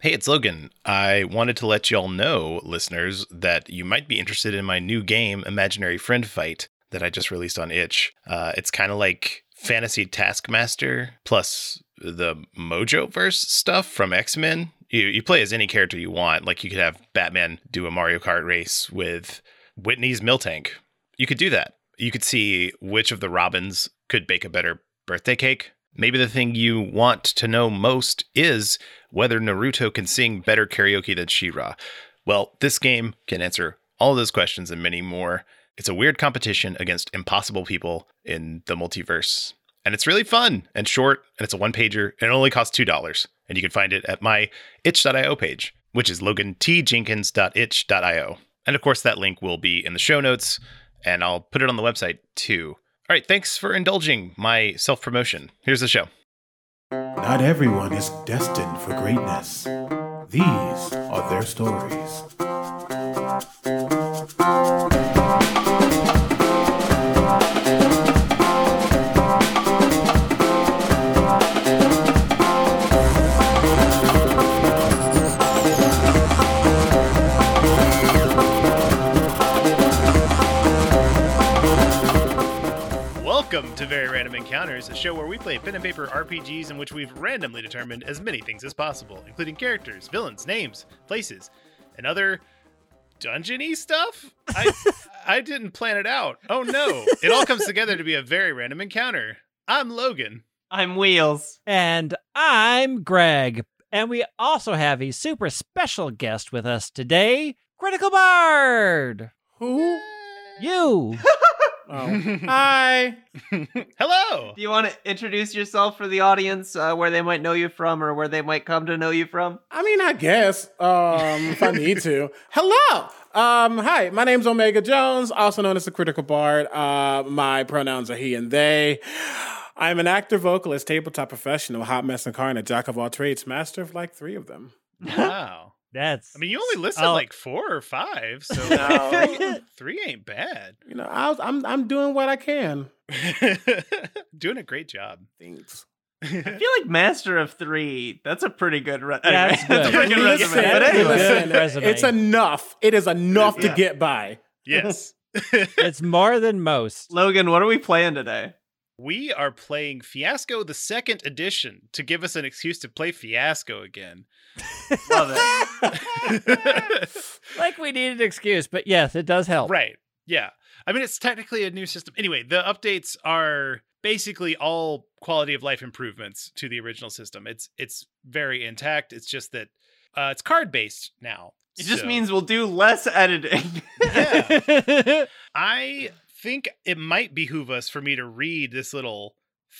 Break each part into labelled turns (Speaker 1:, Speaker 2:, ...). Speaker 1: Hey, it's Logan. I wanted to let y'all know, listeners, that you might be interested in my new game, Imaginary Friend Fight, that I just released on itch. Uh, it's kind of like Fantasy Taskmaster plus the Mojo Verse stuff from X Men. You, you play as any character you want. Like you could have Batman do a Mario Kart race with Whitney's Mill Tank. You could do that. You could see which of the Robins could bake a better birthday cake. Maybe the thing you want to know most is whether Naruto can sing better karaoke than Shira. Well, this game can answer all those questions and many more. It's a weird competition against impossible people in the multiverse. And it's really fun and short, and it's a one pager, and it only costs $2. And you can find it at my itch.io page, which is logantjenkins.itch.io. And of course, that link will be in the show notes, and I'll put it on the website too. All right, thanks for indulging my self promotion. Here's the show.
Speaker 2: Not everyone is destined for greatness. These are their stories.
Speaker 1: Welcome to Very Random Encounters, a show where we play pen and paper RPGs in which we've randomly determined as many things as possible, including characters, villains, names, places, and other dungeony stuff. I I didn't plan it out. Oh no! It all comes together to be a very random encounter. I'm Logan.
Speaker 3: I'm Wheels.
Speaker 4: And I'm Greg. And we also have a super special guest with us today, Critical Bard.
Speaker 2: Who? Oh.
Speaker 4: You.
Speaker 2: Hi.
Speaker 1: Hello.
Speaker 3: Do you want to introduce yourself for the audience, uh, where they might know you from, or where they might come to know you from?
Speaker 2: I mean, I guess um, if I need to. Hello. Um, hi, my name's Omega Jones, also known as the Critical Bard. Uh, my pronouns are he and they. I'm an actor, vocalist, tabletop professional, hot mess incarnate, jack of all trades, master of like three of them.
Speaker 1: Wow.
Speaker 4: That's
Speaker 1: I mean, you only listed
Speaker 4: Oh.
Speaker 1: like four or five, so three, three ain't bad.
Speaker 2: You know, I was, I'm I'm doing what I can.
Speaker 1: Doing a great job.
Speaker 2: Thanks.
Speaker 3: I feel like Master of Three. That's a pretty good. Re-
Speaker 4: Yeah,
Speaker 3: anyway,
Speaker 4: that's
Speaker 3: that's
Speaker 4: good.
Speaker 3: a pretty good
Speaker 4: That's
Speaker 3: resume.
Speaker 4: good.
Speaker 3: But
Speaker 4: That's
Speaker 3: anyway,
Speaker 4: good. resume.
Speaker 2: It's enough. It is enough
Speaker 3: Yeah.
Speaker 2: to get by.
Speaker 1: Yes.
Speaker 4: it's more than most.
Speaker 3: Logan, what are we playing today?
Speaker 1: We are playing Fiasco the second edition to give us an excuse to play Fiasco again.
Speaker 3: Love it.
Speaker 4: Like we need an excuse, but yes, it does help.
Speaker 1: right. Yeah. I mean, it's technically a new system. Anyway, the updates are basically all quality of life improvements to the original system. It's it's very intact. It's just that uh, it's card based now.
Speaker 3: It just
Speaker 1: So-
Speaker 3: means we'll do less editing.
Speaker 1: Yeah. I think it might behoove us for me to read this little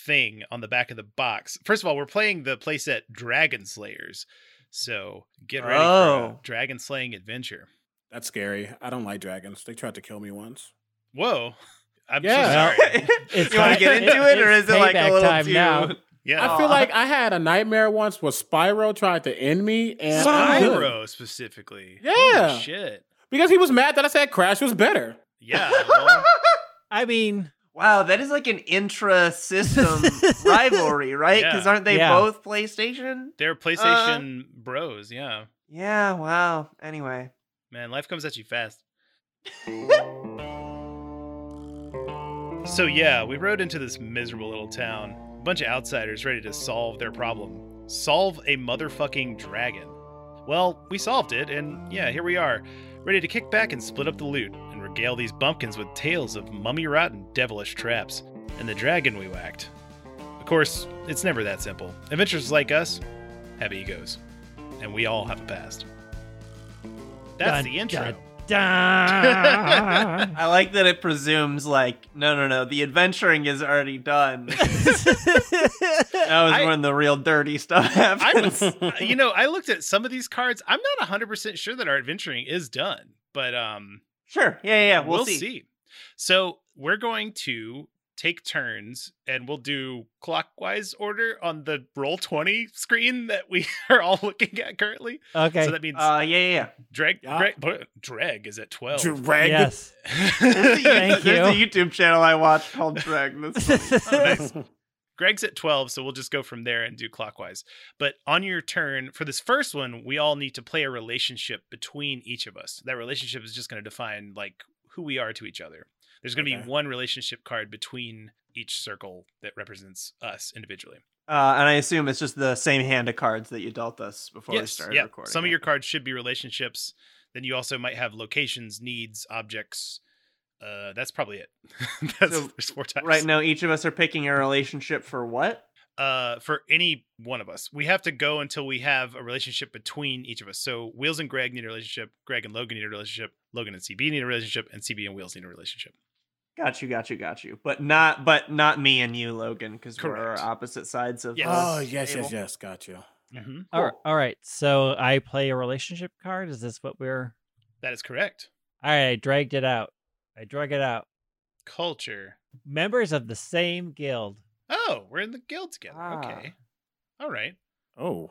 Speaker 1: thing on the back of the box. First of all, we're playing the playset Dragon Slayers. So get ready for
Speaker 3: Oh.
Speaker 1: a dragon slaying adventure.
Speaker 2: That's scary. I don't like dragons. They tried to kill me once.
Speaker 1: Whoa. I'm so
Speaker 2: Yeah.
Speaker 1: sorry.
Speaker 4: It's
Speaker 3: you want to
Speaker 4: like-
Speaker 3: get into it, or
Speaker 4: it's
Speaker 3: is it like a
Speaker 4: payback
Speaker 3: little
Speaker 4: time
Speaker 3: too?
Speaker 4: now.
Speaker 1: Yeah.
Speaker 2: I feel like I had a nightmare once where Spyro tried to end me, and I'm good.
Speaker 1: Spyro specifically.
Speaker 2: Yeah.
Speaker 1: Holy shit.
Speaker 2: because he was mad that I said Crash was better.
Speaker 1: Yeah. well,
Speaker 4: I mean,
Speaker 3: Wow, that is like an intra-system rivalry, right? Because
Speaker 1: Yeah.
Speaker 3: aren't they
Speaker 4: Yeah.
Speaker 3: both PlayStation?
Speaker 2: Uh,
Speaker 1: they're PlayStation bros. Yeah.
Speaker 3: Yeah. Wow. Anyway.
Speaker 1: Man, life comes at you fast. so yeah, we rode into this miserable little town. A bunch of outsiders ready to solve their problem. Solve a motherfucking dragon. Well, we solved it, and yeah, here we are, ready to kick back and split up the loot and regale these bumpkins with tales of mummy rot and devilish traps, and the dragon we whacked. Of course, it's never that simple. Adventurers like us have egos, and we all have a past. That's
Speaker 4: Dun,
Speaker 1: the intro.
Speaker 4: dun, dun.
Speaker 3: I like that it presumes like no no no the adventuring is already done. that was
Speaker 1: I-
Speaker 3: when the real dirty stuff
Speaker 1: I
Speaker 3: happened.
Speaker 1: was, you know, I looked at some of these cards. I'm not 100% sure that our adventuring is done, but um,
Speaker 3: Sure. Yeah yeah, yeah. We'll, see.
Speaker 1: So we're going to take turns and we'll do clockwise order on the roll 20 screen that we are all looking at currently.
Speaker 4: okay.
Speaker 1: So that means
Speaker 3: Uh yeah yeah.
Speaker 1: Dreg,
Speaker 2: yeah.
Speaker 1: Greg, Dreg, is at 12.
Speaker 2: Drag.
Speaker 4: yes.
Speaker 3: yeah. There's a-
Speaker 4: Thank
Speaker 3: Oh, There's a YouTube channel I watch called Drag. That's funny.
Speaker 1: Nice. Greg's at 12, so we'll just go from there and do clockwise. But on your turn, for this first one, we all need to play a relationship between each of us. That relationship is just going to define like who we are to each other. There's going to
Speaker 2: Okay.
Speaker 1: be one relationship card between each circle that represents us individually.
Speaker 3: Uh, and I assume it's just the same hand of cards that you dealt us before we started
Speaker 1: yep.
Speaker 3: recording.
Speaker 1: Some of
Speaker 3: it.
Speaker 1: your cards should be relationships. Then you also might have locations, needs, objects. Uh, that's probably it. that's,
Speaker 3: So,
Speaker 1: there's four types.
Speaker 3: right now, each of us are picking a relationship for what?
Speaker 1: uh, for any one of us. We have to go until we have a relationship between each of us. So Wheels and Greg need a relationship. Greg and Logan need a relationship. Logan and CB need a relationship, and CB and Wheels need a relationship.
Speaker 3: Got you, got you, got you. But not, but not me and you, Logan, because we're
Speaker 1: Correct.
Speaker 3: opposite sides of.
Speaker 1: Yes.
Speaker 3: the
Speaker 2: Oh yes,
Speaker 3: table.
Speaker 2: yes, yes. Got you.
Speaker 1: Mm-hmm.
Speaker 4: All right,
Speaker 3: Cool.
Speaker 4: all right. So I play a relationship card. Is this what we're?
Speaker 1: That is correct.
Speaker 4: All right, I dragged it out. I drug it out.
Speaker 1: Culture.
Speaker 4: Members of the same guild.
Speaker 1: Oh, we're in the guild together.
Speaker 3: Ah.
Speaker 1: Okay. All right.
Speaker 2: Oh,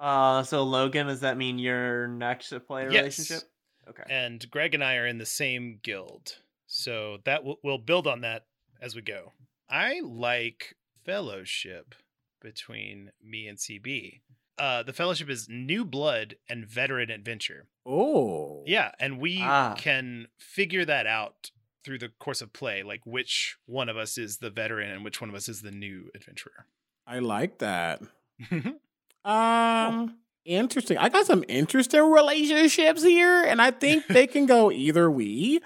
Speaker 3: Uh, so Logan, does that mean you're next to play a
Speaker 1: Yes.
Speaker 3: relationship? Okay.
Speaker 1: And Greg and I are in the same guild. So that w- we'll build on that as we go. I like fellowship between me and CB. Uh, the fellowship is new blood and veteran adventure.
Speaker 2: oh,
Speaker 1: Yeah, and we
Speaker 3: Ah.
Speaker 1: can figure that out through the course of play, like which one of us is the veteran and which one of us is the new adventurer.
Speaker 2: I like that. Um, interesting. I got some interesting relationships here, and I think they can go either way.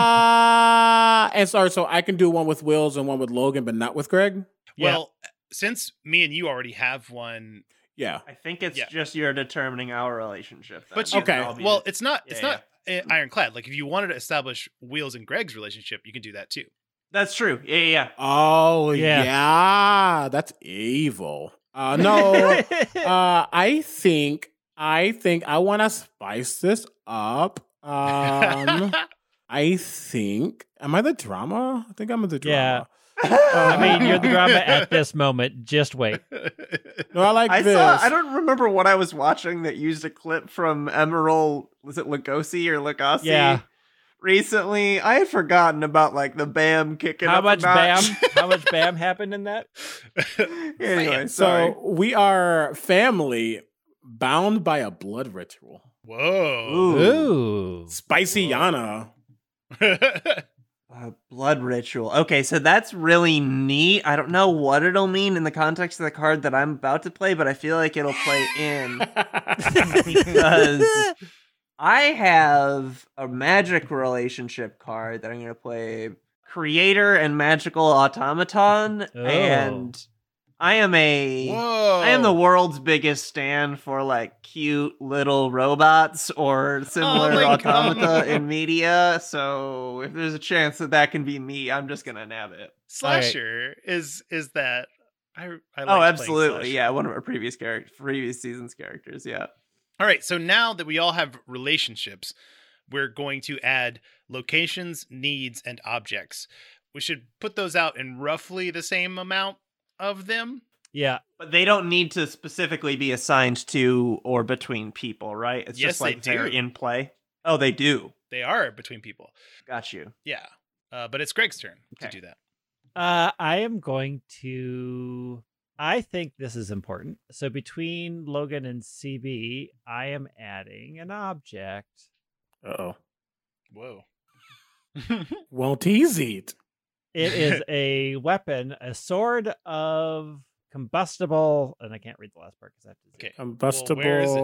Speaker 2: Uh, and sorry, so I can do one with Wills and one with Logan, but not with Greg.
Speaker 4: Yeah.
Speaker 1: Well, since me and you already have one,
Speaker 2: Yeah.
Speaker 3: I think it's
Speaker 1: Yeah.
Speaker 3: just you're determining our relationship. Then.
Speaker 1: but you,
Speaker 2: Okay.
Speaker 3: I'll be
Speaker 1: Well,
Speaker 3: the-
Speaker 1: it's not
Speaker 3: Yeah,
Speaker 1: it's not uh ironclad. Like if you wanted to establish Wheels and Greg's relationship, you can do that too.
Speaker 3: that's true. Yeah, yeah. yeah.
Speaker 2: Oh
Speaker 4: Yeah.
Speaker 2: yeah, that's evil. Uh, no, uh, I think I think I want to spice this up. Um, I think am I the drama? I think I'm the
Speaker 4: Yeah.
Speaker 2: drama.
Speaker 4: I mean, you're the drama at this moment. Just wait.
Speaker 2: No, I like
Speaker 3: I
Speaker 2: this.
Speaker 3: saw. I don't remember what I was watching that used a clip from Emerald. Was it Lugosi or Lugosi?
Speaker 4: Yeah.
Speaker 3: Recently, I had forgotten about like the Bam kicking.
Speaker 4: How
Speaker 3: up a
Speaker 4: much bam?
Speaker 3: notch.
Speaker 4: How much bam happened in that?
Speaker 3: anyway, sorry.
Speaker 2: So we are family bound by a blood ritual.
Speaker 1: Whoa.
Speaker 4: Ooh.
Speaker 2: Spicy Yana.
Speaker 3: A blood ritual. Okay, so that's really neat. I don't know what it'll mean in the context of the card that I'm about to play, but I feel like it'll play in because I have a magic relationship card that I'm going to play creator and magical automaton
Speaker 4: Oh.
Speaker 3: and I am a
Speaker 1: Whoa.
Speaker 3: I am the world's biggest stand for like cute little robots or similar
Speaker 1: Oh my
Speaker 3: automata
Speaker 1: God.
Speaker 3: in media. So if there's a chance that that can be me, I'm just gonna nab it.
Speaker 1: slasher is is that I, I liked
Speaker 3: oh,
Speaker 1: playing
Speaker 3: absolutely,
Speaker 1: slasher.
Speaker 3: yeah. One of our previous character, previous seasons characters, yeah.
Speaker 1: All right, so now that we all have relationships, we're going to add locations, needs, and objects. We should put those out in roughly the same amount of them.
Speaker 4: Yeah.
Speaker 3: But they don't need to specifically be assigned to or between people, right? It's
Speaker 1: Yes,
Speaker 3: just
Speaker 1: they
Speaker 3: like are
Speaker 1: do.
Speaker 3: in play. Oh, they do.
Speaker 1: They are between people.
Speaker 3: Got you.
Speaker 1: Yeah. Uh, but it's Greg's turn to
Speaker 3: Okay.
Speaker 1: do that.
Speaker 4: Uh, I am going to. I think this is important. So between Logan and CB, I am adding an object.
Speaker 2: Uh oh.
Speaker 1: Whoa.
Speaker 2: Won't tease it.
Speaker 4: It is a weapon, a sword of combustible, and I can't read the last part because I have to. zoom.
Speaker 1: Okay.
Speaker 2: Combustible.
Speaker 1: Well, where is it?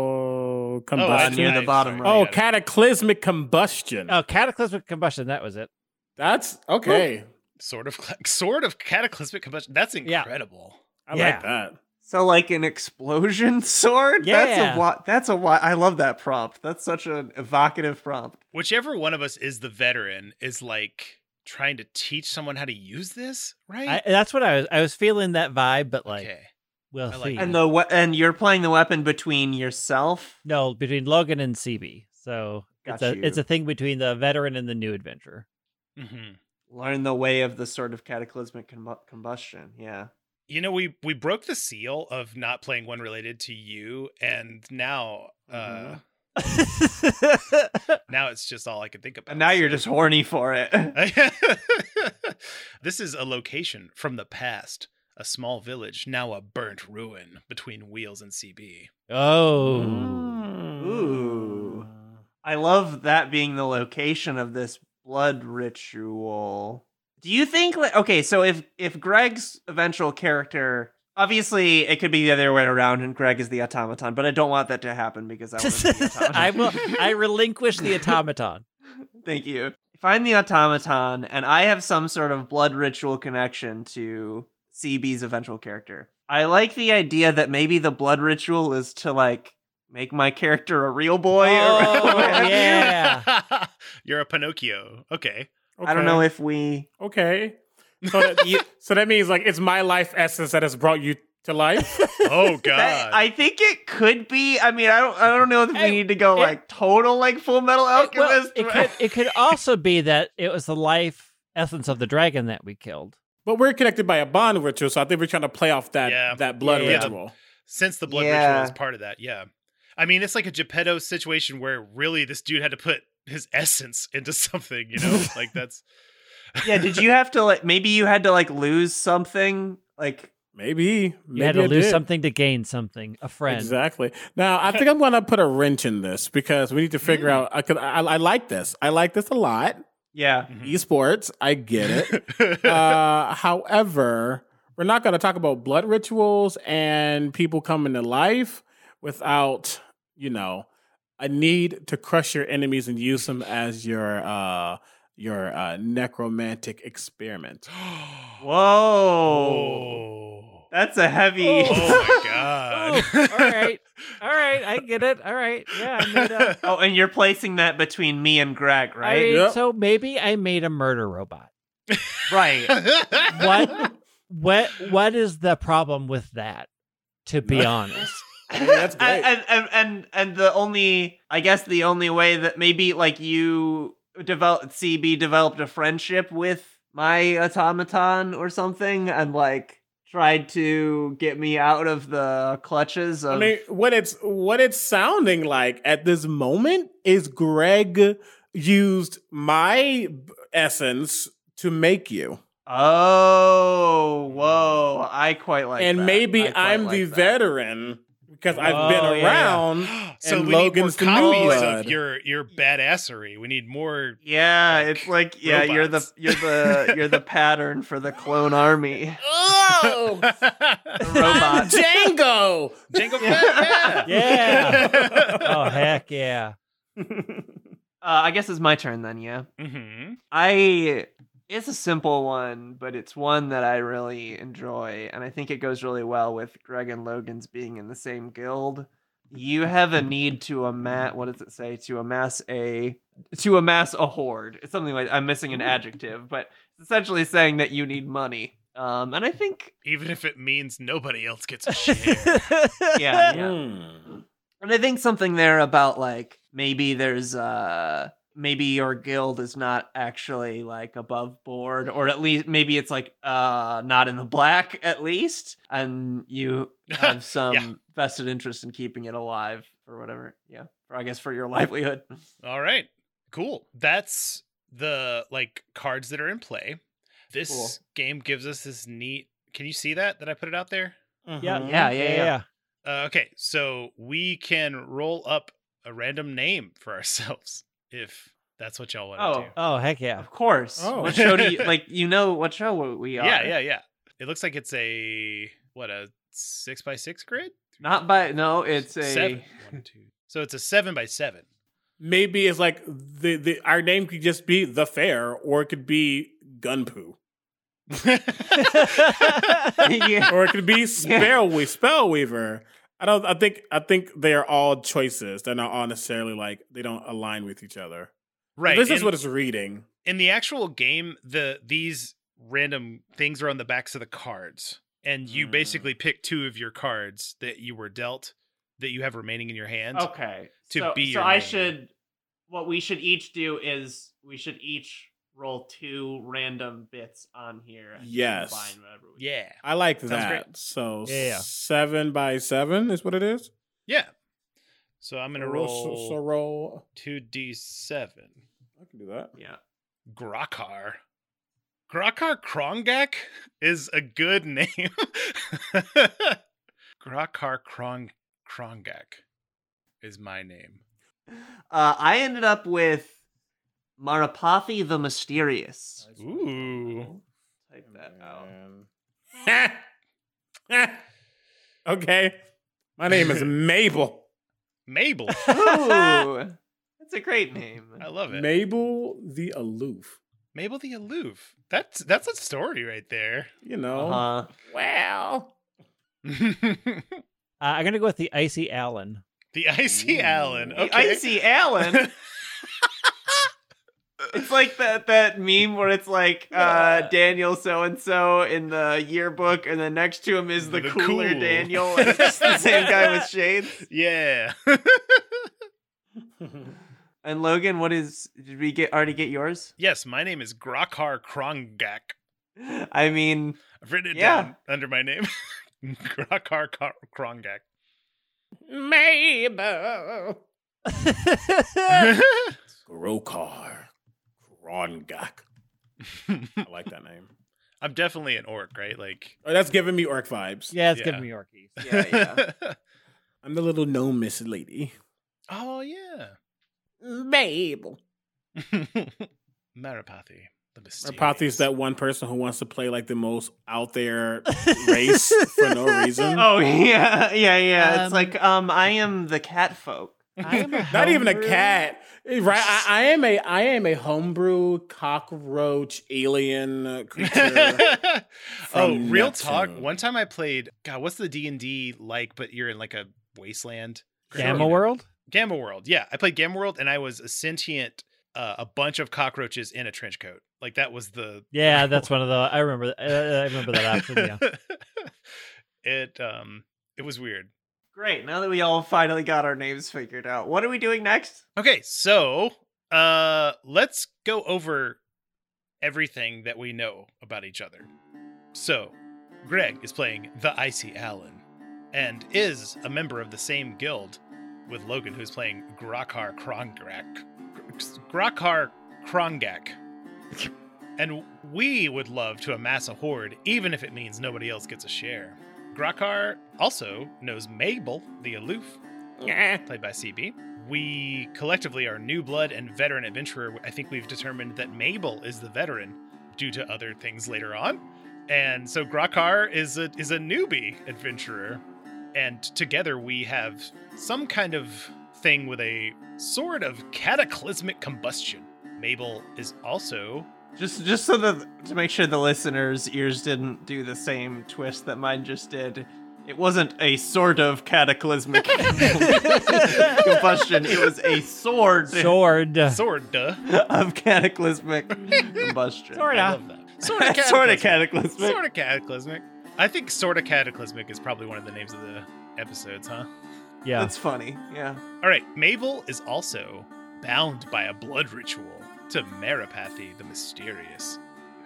Speaker 3: uh,
Speaker 2: combustion.
Speaker 3: near the
Speaker 1: I-
Speaker 3: bottom
Speaker 1: Oh, sorry,
Speaker 3: right.
Speaker 2: Oh,
Speaker 1: I got it.
Speaker 2: cataclysmic combustion.
Speaker 4: Oh, cataclysmic combustion. That was it.
Speaker 2: That's okay.
Speaker 1: sort of sort of cataclysmic combustion. That's
Speaker 4: Yeah.
Speaker 1: incredible.
Speaker 2: I
Speaker 4: Yeah.
Speaker 2: like that.
Speaker 3: So like an explosion sword? That's
Speaker 4: Yeah.
Speaker 3: a lot that's a lot I love that prompt. That's such an evocative prompt.
Speaker 1: Whichever one of us is the veteran is like trying to teach someone how to use this, right?
Speaker 4: I, that's what I was. I was feeling that vibe, but like,
Speaker 1: okay.
Speaker 4: we'll
Speaker 1: I like
Speaker 4: see.
Speaker 1: that.
Speaker 3: And the we- and you're playing the weapon between yourself.
Speaker 4: no, between Logan and CB. So it's
Speaker 3: Got
Speaker 4: a it's
Speaker 3: you.
Speaker 4: a thing between the veteran and the new adventurer.
Speaker 1: Mm-hmm.
Speaker 3: Learn the way of the sort of cataclysmic com- combustion. Yeah.
Speaker 1: you know we we broke the seal of not playing one related to you and now uh
Speaker 3: Mhm.
Speaker 1: now it's just all i can think about
Speaker 3: And now you're just horny for it.
Speaker 1: this is a location from the past a small village, now a burnt ruin, between Wheels and CB.
Speaker 3: Mm,
Speaker 4: Oh.
Speaker 3: Ooh. I love that being the location of this blood ritual. Do you think like okay, so if if Greg's eventual character obviously it could be the other way around and Greg is the automaton, but I don't want that to happen because I want to be the automaton.
Speaker 4: I will. I relinquish the automaton.
Speaker 3: Thank you. If I'm the automaton and I have some sort of blood ritual connection to CB's eventual character, I like the idea that maybe the blood ritual is to like make my character a real boy.
Speaker 4: Oh,
Speaker 3: or whatever.
Speaker 4: yeah.
Speaker 1: You're a Pinocchio. Okay.
Speaker 3: I don't know if we.
Speaker 2: Okay. So that,
Speaker 3: You-
Speaker 2: so that means like it's my life essence that has brought you to life.
Speaker 1: Oh God.
Speaker 3: that- I think it could be. I mean, I don't. I don't know if
Speaker 4: Hey,
Speaker 3: we need to go
Speaker 4: it-
Speaker 3: like total like Full Metal
Speaker 4: Well,
Speaker 3: Alchemist.
Speaker 4: it could. It could also be that it was the life essence of the dragon that we killed.
Speaker 2: But we're connected by a bond ritual, so I think we're trying to play off that
Speaker 1: Yeah.
Speaker 2: that blood
Speaker 4: Yeah.
Speaker 2: ritual.
Speaker 1: Since the blood
Speaker 3: Yeah.
Speaker 1: ritual is part of that, yeah. I mean, it's like a Geppetto situation where really this dude had to put his essence into something, you know? like that's
Speaker 3: yeah. Did you have to like? Maybe you had to like lose something. Like
Speaker 2: Maybe,
Speaker 4: You
Speaker 2: maybe
Speaker 4: had to
Speaker 2: I
Speaker 4: lose
Speaker 2: did.
Speaker 4: something to gain something. A friend.
Speaker 2: Exactly. Now, I think I'm going to put a wrench in this because we need to figure
Speaker 4: Mm.
Speaker 2: out. I, could- I, I like this. I like this a lot.
Speaker 3: yeah.
Speaker 1: Mm-hmm.
Speaker 4: Mm-hmm.
Speaker 2: Esports, I get it.
Speaker 1: Oh.
Speaker 2: uh, however, we're not going to talk about blood rituals and people coming to life without, you know, a need to crush your enemies and use them as your uh, your uh, necromantic experiment.
Speaker 3: Whoa.
Speaker 1: oh.
Speaker 3: That's a heavy.
Speaker 1: Oh my
Speaker 4: Oh,
Speaker 1: god.
Speaker 4: all right. All right. I get it. All right. Yeah. I made a,
Speaker 3: Oh, and you're placing that between me and Greg,
Speaker 4: I
Speaker 3: right?
Speaker 4: mean,
Speaker 2: Yep.
Speaker 4: So maybe I made a murder robot.
Speaker 3: right.
Speaker 4: What? what? What is the problem with that? To be honest.
Speaker 2: mean, that's great.
Speaker 3: and, and and and the only I guess the only way that maybe like you develop CB developed a friendship with my automaton or something and like tried to get me out of the clutches of
Speaker 2: I mean, what it's what it's sounding like at this moment is Greg used my b- essence to make you,
Speaker 3: oh whoa I quite like
Speaker 2: and
Speaker 3: that. I
Speaker 2: maybe
Speaker 3: quite
Speaker 2: I'm
Speaker 3: like
Speaker 2: the
Speaker 3: that.
Speaker 2: veteran because I've
Speaker 3: Oh,
Speaker 2: been
Speaker 3: yeah, yeah.
Speaker 2: around.
Speaker 1: so
Speaker 2: And
Speaker 1: we
Speaker 2: Logan's
Speaker 1: need more copies
Speaker 2: new blood.
Speaker 1: of your your badassery. We need more
Speaker 3: yeah
Speaker 1: like,
Speaker 3: it's like yeah you're the
Speaker 1: robots.
Speaker 3: you're the you're the pattern for the clone army
Speaker 2: Oh,
Speaker 3: the robot
Speaker 2: Ah, Django!
Speaker 1: Jango Fett,
Speaker 4: Yeah. Oh heck yeah.
Speaker 3: Uh, I guess it's my turn then, yeah.
Speaker 4: Oh.
Speaker 1: Mhm.
Speaker 3: I it's a simple one, but it's one that I really enjoy, and I think it goes really well with Greg and Logan's being in the same guild. You have a need to amass what does it say? To amass a to amass a horde. It's something like I'm missing an adjective, but it's essentially saying that you need money. Um, and I think
Speaker 1: Even if it means nobody else gets a share.
Speaker 3: yeah, yeah.
Speaker 2: Hmm.
Speaker 3: And I think something there about like maybe there's uh maybe your guild is not actually like above board or at least maybe it's like uh not in the black at least and you have some vested interest in keeping it alive or whatever. Yeah. Or I guess for your livelihood.
Speaker 1: All right. Cool. That's the like cards that are in play. This
Speaker 3: Cool.
Speaker 1: game gives us this neat Can you see that that I put it out there?
Speaker 2: Mm-hmm.
Speaker 4: Yeah.
Speaker 3: Yeah, yeah, yeah.
Speaker 1: Uh, okay, so we can roll up a random name for ourselves if that's what y'all want to
Speaker 3: Oh.
Speaker 1: do.
Speaker 4: Oh heck yeah.
Speaker 3: Of course.
Speaker 2: Oh.
Speaker 3: What show do you like you know what show we are?
Speaker 1: Yeah, yeah, yeah. It looks like it's a what a six by six grid.
Speaker 3: Not by no, it's a
Speaker 1: seven. One, two. So it's a seven by seven.
Speaker 2: Maybe it's like the, the our name could just be the fair, or it could be Gunpoo,
Speaker 3: yeah.
Speaker 2: or it could be Spellwe Spellweaver. I don't. I think. I think they are all choices. They're not all necessarily like they don't align with each other.
Speaker 1: Right.
Speaker 2: This is
Speaker 1: in-
Speaker 2: what it's reading.
Speaker 1: in the actual game. The these random things are on the backs of the cards, and you
Speaker 2: Mm.
Speaker 3: Hmm.
Speaker 1: basically pick two of your cards that you were dealt that you have remaining in your hand.
Speaker 3: Okay.
Speaker 1: to
Speaker 3: so,
Speaker 1: be
Speaker 3: so
Speaker 1: your
Speaker 3: I
Speaker 1: menu.
Speaker 3: should what we should each do is we should each roll two random bits on here and
Speaker 2: Yes.
Speaker 3: combine whatever we
Speaker 1: Yeah.
Speaker 2: I like
Speaker 1: Sounds
Speaker 2: that.
Speaker 1: great.
Speaker 2: So
Speaker 4: Yeah.
Speaker 2: seven by seven is what it is.
Speaker 1: Yeah. So I'm gonna
Speaker 2: So, so
Speaker 1: roll
Speaker 2: roll.
Speaker 1: two d seven.
Speaker 2: I can do that.
Speaker 3: Yeah.
Speaker 1: Grakar. Grakar Krongak is a good name. Grakar Krong Krongak is my name.
Speaker 3: Uh, I ended up with Marapathi the Mysterious.
Speaker 1: Ooh.
Speaker 3: Type that out.
Speaker 2: Oh, Man. okay. My name is Mabel.
Speaker 1: Mabel.
Speaker 3: Ooh, that's a great name.
Speaker 1: I love it.
Speaker 2: Mabel the Aloof.
Speaker 1: Mabel the Aloof. That's that's a story right there.
Speaker 2: You
Speaker 1: Oh.
Speaker 2: know.
Speaker 3: Uh-huh.
Speaker 2: Well.
Speaker 1: the
Speaker 4: Uh, I'm gonna go with the Icy Allen.
Speaker 1: Icy
Speaker 2: Ooh.
Speaker 1: Allen.
Speaker 3: The
Speaker 1: Okay.
Speaker 3: Icy Allen. It's like that that meme where it's like uh, Daniel so and so in the yearbook, and then next to him is the,
Speaker 1: The
Speaker 3: cooler
Speaker 1: cool.
Speaker 3: Daniel. And it's just the same guy with shades.
Speaker 1: yeah.
Speaker 3: And Logan, what is? Did we get already get yours?
Speaker 1: yes, my name is Grakar Krongak.
Speaker 3: I mean,
Speaker 1: I've written it
Speaker 3: Yeah.
Speaker 1: down under my name. Grakar Kar- Krongak.
Speaker 2: Mabel.
Speaker 3: Ah!
Speaker 2: Grokar. Grongak. I like that name.
Speaker 1: I'm definitely an orc, right? Like
Speaker 2: Oh, that's giving me orc vibes.
Speaker 4: yeah, it's
Speaker 1: Yeah.
Speaker 4: giving me Yorkies.
Speaker 3: yeah, yeah.
Speaker 2: I'm the little gnomish lady.
Speaker 1: oh yeah.
Speaker 2: Mabel.
Speaker 1: Maripathy. The mysterious.
Speaker 2: Apathy is that one person who wants to play like the most out there race for no reason.
Speaker 3: Oh yeah, yeah, yeah.
Speaker 4: Um,
Speaker 3: it's like um, I am the cat folk.
Speaker 4: I am a
Speaker 2: Not even a
Speaker 4: homebrew.
Speaker 2: cat, right? I, I am a I am a homebrew cockroach alien creature.
Speaker 1: oh,
Speaker 2: from
Speaker 1: real
Speaker 2: Neptune.
Speaker 1: talk. One time I played. God, what's the D and D like? But you're in like a wasteland.
Speaker 4: Gamma World.
Speaker 1: Gamma World. Yeah, I played Gamma World, and I was a sentient, uh, a bunch of cockroaches in a trench coat. Like that was the.
Speaker 4: Yeah, that's one of the. I remember. Uh, I remember that option. Yeah.
Speaker 1: it um, it was weird.
Speaker 3: Great. Now that we all finally got our names figured out, what are we doing next?
Speaker 1: Okay, so uh let's go over everything that we know about each other. So, Greg is playing the Icy Allen and is a member of the same guild with Logan who's playing Grakar Krongrak. Grakar Krongak. And we would love to amass a horde even if it means nobody else gets a share. Grakar also knows Mabel, the aloof, played by CB. We collectively are new blood and veteran adventurer. I think we've determined that Mabel is the veteran due to other things later on. And so Grakar is a is a newbie adventurer. And together we have some kind of thing with a sort of cataclysmic combustion. Mabel is also
Speaker 3: Just just so that to make sure the listeners' ears didn't do the same twist that mine just did. It wasn't a sort of cataclysmic combustion. It was a sword,
Speaker 4: Sword.
Speaker 1: sword duh.
Speaker 3: of cataclysmic combustion.
Speaker 4: Sorta.
Speaker 1: I love that. Sort of
Speaker 3: Sort of
Speaker 1: cataclysmic.
Speaker 3: cataclysmic.
Speaker 1: Sort of cataclysmic. I think sort of cataclysmic is probably one of the names of the episodes, huh?
Speaker 4: Yeah.
Speaker 3: That's funny. Yeah.
Speaker 1: All right, Mabel is also bound by a blood ritual to Maripathy the Mysterious,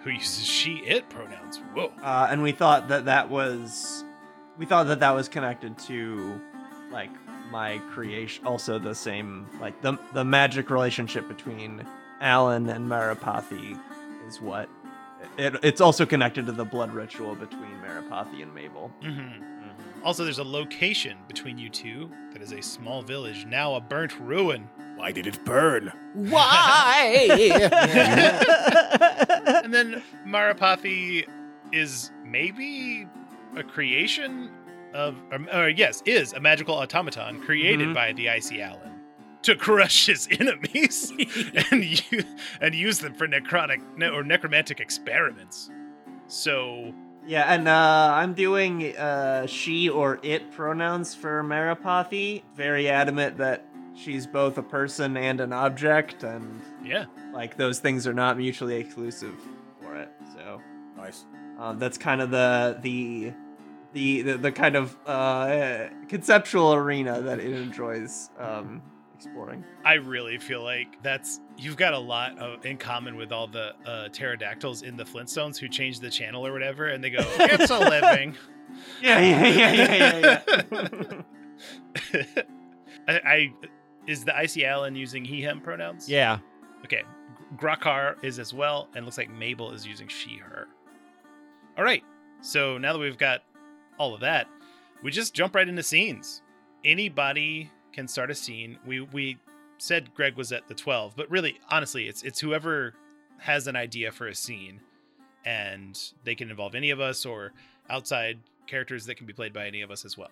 Speaker 1: who uses she, it pronouns. Whoa.
Speaker 3: Uh, and we thought that that was, we thought that that was connected to, like my creation. Also the same, like the the magic relationship between Alan and Maripathy is what. It, it's also connected to the blood ritual between Maripathy and Mabel.
Speaker 1: hmm Also, there's a location between you two that is a small village, now a burnt ruin.
Speaker 2: Why did it burn?
Speaker 1: And then Maripathy is maybe a creation of, or, or yes, is a magical automaton created
Speaker 3: Mhm.
Speaker 1: by the Icy Allen to crush his enemies and use, and use them for necrotic ne- or necromantic experiments. So
Speaker 3: Yeah, and uh, I'm doing uh, she or it pronouns for Maripathy. Very adamant that she's both a person and an object, and
Speaker 1: yeah,
Speaker 3: like those things are not mutually exclusive for it. So
Speaker 2: Nice.
Speaker 3: uh, that's kind of the the the the, the kind of uh, conceptual arena that it enjoys um, exploring.
Speaker 1: I really feel like that's you've got a lot of, in common with all the uh, pterodactyls in the Flintstones who change the channel or whatever, and they go, "It's a living."
Speaker 3: Yeah, yeah, yeah, yeah, yeah.
Speaker 1: I, I is the icy Allen using he him pronouns?
Speaker 4: yeah.
Speaker 1: Okay. Grakar is as well, and looks like Mabel is using she, her. All right. So now that we've got all of that, we just jump right into scenes. Anybody can start a scene. We we said Greg was at the 12, but really honestly, it's it's whoever has an idea for a scene and they can involve any of us or outside characters that can be played by any of us as well.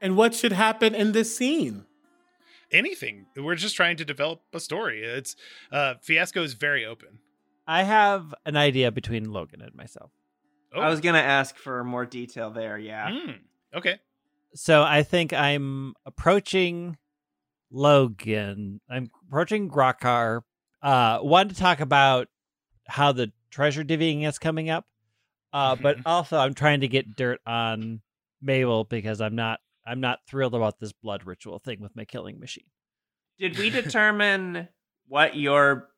Speaker 2: And what should happen in this scene?
Speaker 1: Anything. We're just trying to develop a story. It's uh Fiasco is very open.
Speaker 4: I have an idea between Logan and myself.
Speaker 1: Oh.
Speaker 3: I was gonna ask for more detail there. Yeah.
Speaker 1: Mm, okay.
Speaker 4: So I think I'm approaching Logan. I'm approaching Grakar. Uh, wanted to talk about how the treasure divvying is coming up, uh, but
Speaker 1: Mm-hmm.
Speaker 4: also I'm trying to get dirt on Mabel because I'm not I'm not thrilled about this blood ritual thing with my killing machine.
Speaker 3: Did we determine what your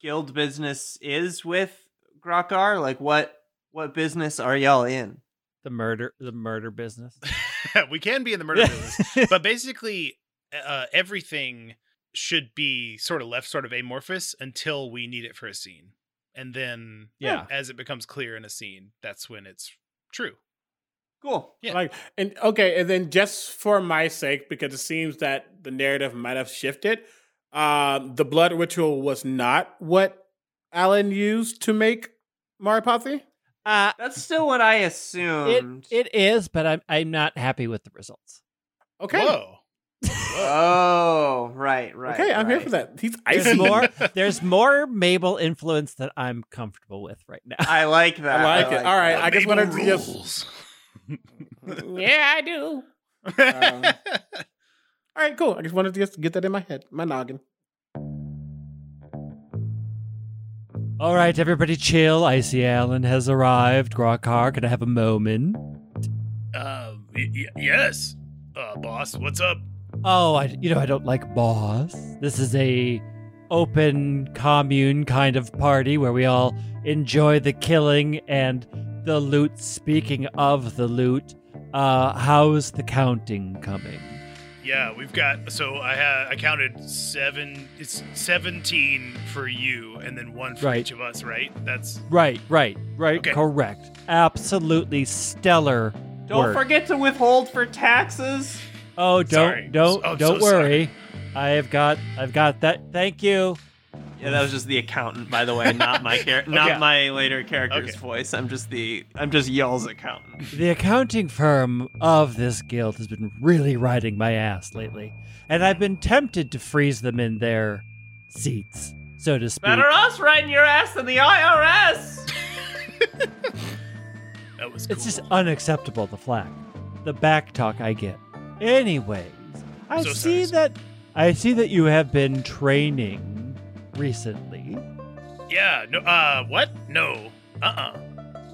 Speaker 3: guild business is with Grakar? Like what what business are y'all in?
Speaker 4: The murder the murder business.
Speaker 1: we can be in the murder business. but basically uh, everything should be sort of left sort of amorphous until we need it for a scene and then
Speaker 4: Yeah.
Speaker 1: as it becomes clear in a scene that's when it's true
Speaker 3: Cool.
Speaker 1: Yeah.
Speaker 2: Like and okay, and then just for my sake, because it seems that the narrative might have shifted, um, the blood ritual was not what Alan used to make Maripathy.
Speaker 4: uh,
Speaker 3: That's still what I
Speaker 4: it
Speaker 1: Um,
Speaker 3: assumed.
Speaker 4: it is, but I'm I'm not happy with the results.
Speaker 2: Okay.
Speaker 1: whoa
Speaker 3: oh, right, right.
Speaker 2: okay, I'm here
Speaker 3: right.
Speaker 2: for that. He's
Speaker 4: There's
Speaker 2: icy.
Speaker 4: more there's more Mabel influence that I'm comfortable with right now.
Speaker 3: I like that.
Speaker 2: I like it. All right,
Speaker 3: that.
Speaker 2: I guess what I
Speaker 1: Mabel
Speaker 2: yes.
Speaker 1: rules.
Speaker 2: yeah, I do. Um. All right, cool. I just wanted to just get that in my head, my noggin.
Speaker 4: All right, everybody, chill. Icy Allen has arrived. Grakar, can I have a moment?
Speaker 1: Um, y- y- yes, uh, boss. What's up?
Speaker 4: Oh, I, you know I don't like boss. This is a open commune kind of party where we all enjoy the killing and the loot. Speaking of the loot, uh, how's the counting coming?
Speaker 1: Yeah, we've got. So I ha- I counted seven. It's seventeen for you, and then one for
Speaker 4: Right.
Speaker 1: each of us. Right? That's
Speaker 4: Right, right, right.
Speaker 1: Okay.
Speaker 4: Correct. Absolutely stellar.
Speaker 3: Don't
Speaker 4: work.
Speaker 3: forget to withhold for taxes.
Speaker 4: Oh, don't,
Speaker 1: Sorry.
Speaker 4: don't,
Speaker 1: Oh, I'm
Speaker 4: don't
Speaker 1: so
Speaker 4: worry. I've got, I've got that. Thank you.
Speaker 3: Yeah, that was just the accountant, by the way, not my char-
Speaker 1: Okay.
Speaker 3: not my later character's
Speaker 1: Okay.
Speaker 3: voice. I'm just the I'm just y'all's accountant.
Speaker 4: The accounting firm of this guild has been really riding my ass lately, and I've been tempted to freeze them in their seats, so to speak.
Speaker 3: Better us riding your ass than the IRS.
Speaker 1: that was. Cool.
Speaker 4: It's just unacceptable, the flack, the back talk I get. Anyways, I
Speaker 1: So sorry,
Speaker 4: see
Speaker 1: sir.
Speaker 4: that I see that you have been training recently.
Speaker 1: yeah. No. Uh. What? No. Uh.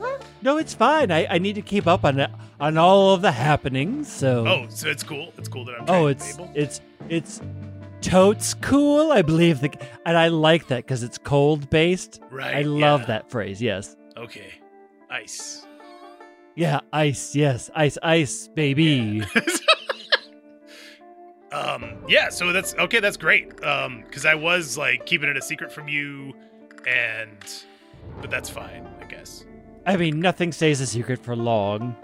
Speaker 1: uh
Speaker 4: No, it's fine. I, I need to keep up on on all of the happenings. So
Speaker 1: Oh. So it's cool. It's cool that I'm.
Speaker 4: Oh,
Speaker 1: training
Speaker 4: it's
Speaker 1: Mabel.
Speaker 4: it's it's totes cool. I believe the and I like that because it's cold based.
Speaker 1: right.
Speaker 4: I love
Speaker 1: yeah.
Speaker 4: that phrase. Yes,
Speaker 1: Okay. Ice.
Speaker 4: yeah, ice. Yes, ice, ice, baby.
Speaker 1: um. Yeah. So that's okay. That's great. Um. Because I was like keeping it a secret from you, and but that's fine. I guess.
Speaker 4: I mean, nothing stays a secret for long.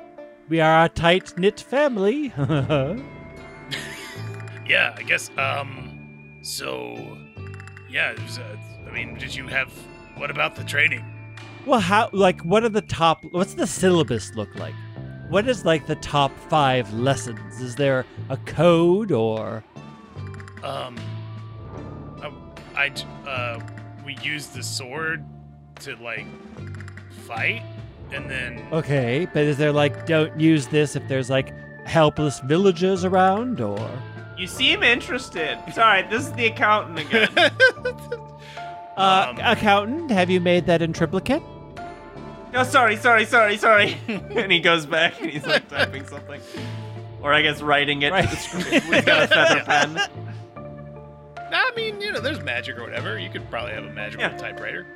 Speaker 4: We are a tight knit family.
Speaker 1: Yeah, I guess. Um, so, yeah. It was, uh, I mean, did you have? What about the training?
Speaker 4: well, how? Like, what are the top? What's the syllabus look like? What is like the top five lessons? Is there a code or?
Speaker 1: Um, I, I j- uh, we used the sword to like fight, and then
Speaker 4: Okay, but is there like don't use this if there's like helpless villagers around or
Speaker 3: You seem interested. Sorry, this is the accountant again.
Speaker 4: uh
Speaker 1: Um,
Speaker 4: accountant, have you made that in triplicate?
Speaker 3: No, Oh, sorry, sorry, sorry, sorry. and he goes back and he's like typing something. Or I guess writing it
Speaker 4: Right.
Speaker 3: to the screen. He's got a feather pen.
Speaker 1: I mean, you know, there's magic or whatever. You could probably have a magical
Speaker 3: Yeah.
Speaker 1: typewriter.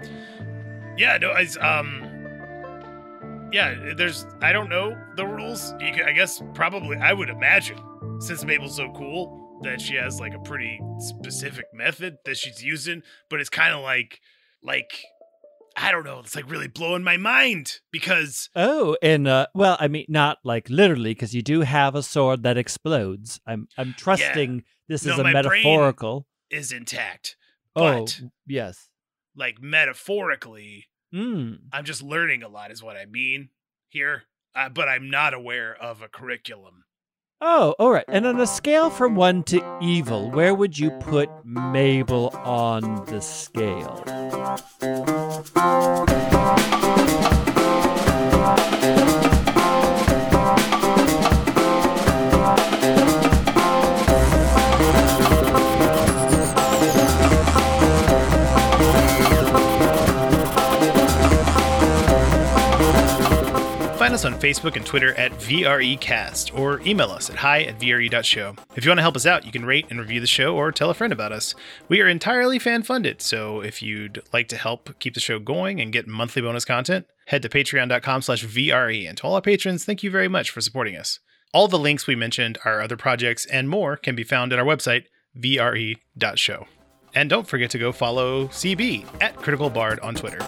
Speaker 1: Yeah, no, it's, um,
Speaker 5: um,
Speaker 1: yeah, there's, I don't know the rules. You could, I guess probably, I would imagine, since Mabel's so cool,
Speaker 5: that she has like a pretty specific method that she's using, but it's kind of like like I don't know, it's like really blowing my mind because
Speaker 4: Oh, and uh, well, I mean, not like literally, because you do have a sword that explodes. I'm I'm trusting this
Speaker 5: No,
Speaker 4: is a
Speaker 5: my brain-
Speaker 4: metaphorical.
Speaker 5: is intact. But-
Speaker 4: Oh, yes.
Speaker 5: Like metaphorically,
Speaker 4: Mm.
Speaker 5: I'm just learning a lot is what I mean here, uh, but I'm not aware of a curriculum.
Speaker 4: Oh, all right. And on a scale from one to evil, where would you put Mabel on the scale?
Speaker 1: Find us on Facebook and Twitter at VREcast or email us at hi at VRE.show. If you want to help us out, you can rate and review the show or tell a friend about us. We are entirely fan funded, so if you'd like to help keep the show going and get monthly bonus content, head to patreon.com slash VRE. And to all our patrons, thank you very much for supporting us. All the links we mentioned, our other projects, and more can be found at our website, VRE.show. And don't forget to go follow CB at Critical Bard on Twitter.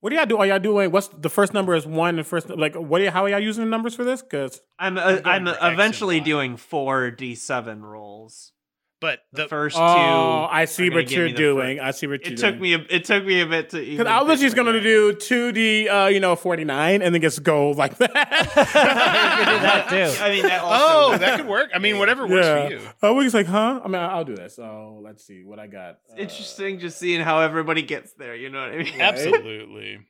Speaker 2: What do y'all do? Are y'all doing? What's the first number is one and first like what? Are, how are y'all using the numbers for this? Because
Speaker 3: I'm uh,
Speaker 5: going
Speaker 3: I'm
Speaker 5: for X and
Speaker 3: eventually
Speaker 5: Y.
Speaker 3: doing four d7 rolls.
Speaker 1: But
Speaker 3: The,
Speaker 1: the
Speaker 3: first two.
Speaker 2: oh, I see
Speaker 3: are gonna
Speaker 2: what
Speaker 3: give
Speaker 2: you're
Speaker 3: me the
Speaker 2: doing.
Speaker 3: fir-
Speaker 2: I see what
Speaker 3: It
Speaker 2: you're
Speaker 3: took
Speaker 2: doing.
Speaker 3: me a, it took me a bit to even.
Speaker 2: Because I was
Speaker 3: think
Speaker 2: just gonna
Speaker 3: about it.
Speaker 2: do two D, uh, you know, forty nine, and then just go like that.
Speaker 4: that too.
Speaker 3: I mean that also.
Speaker 1: Oh, that could work. I mean, whatever works
Speaker 2: yeah.
Speaker 1: for you.
Speaker 2: I was just like, huh? I mean, I'll do that. So let's see what I got.
Speaker 3: It's interesting just seeing how everybody gets there. You know what I mean?
Speaker 2: Yeah.
Speaker 5: Absolutely.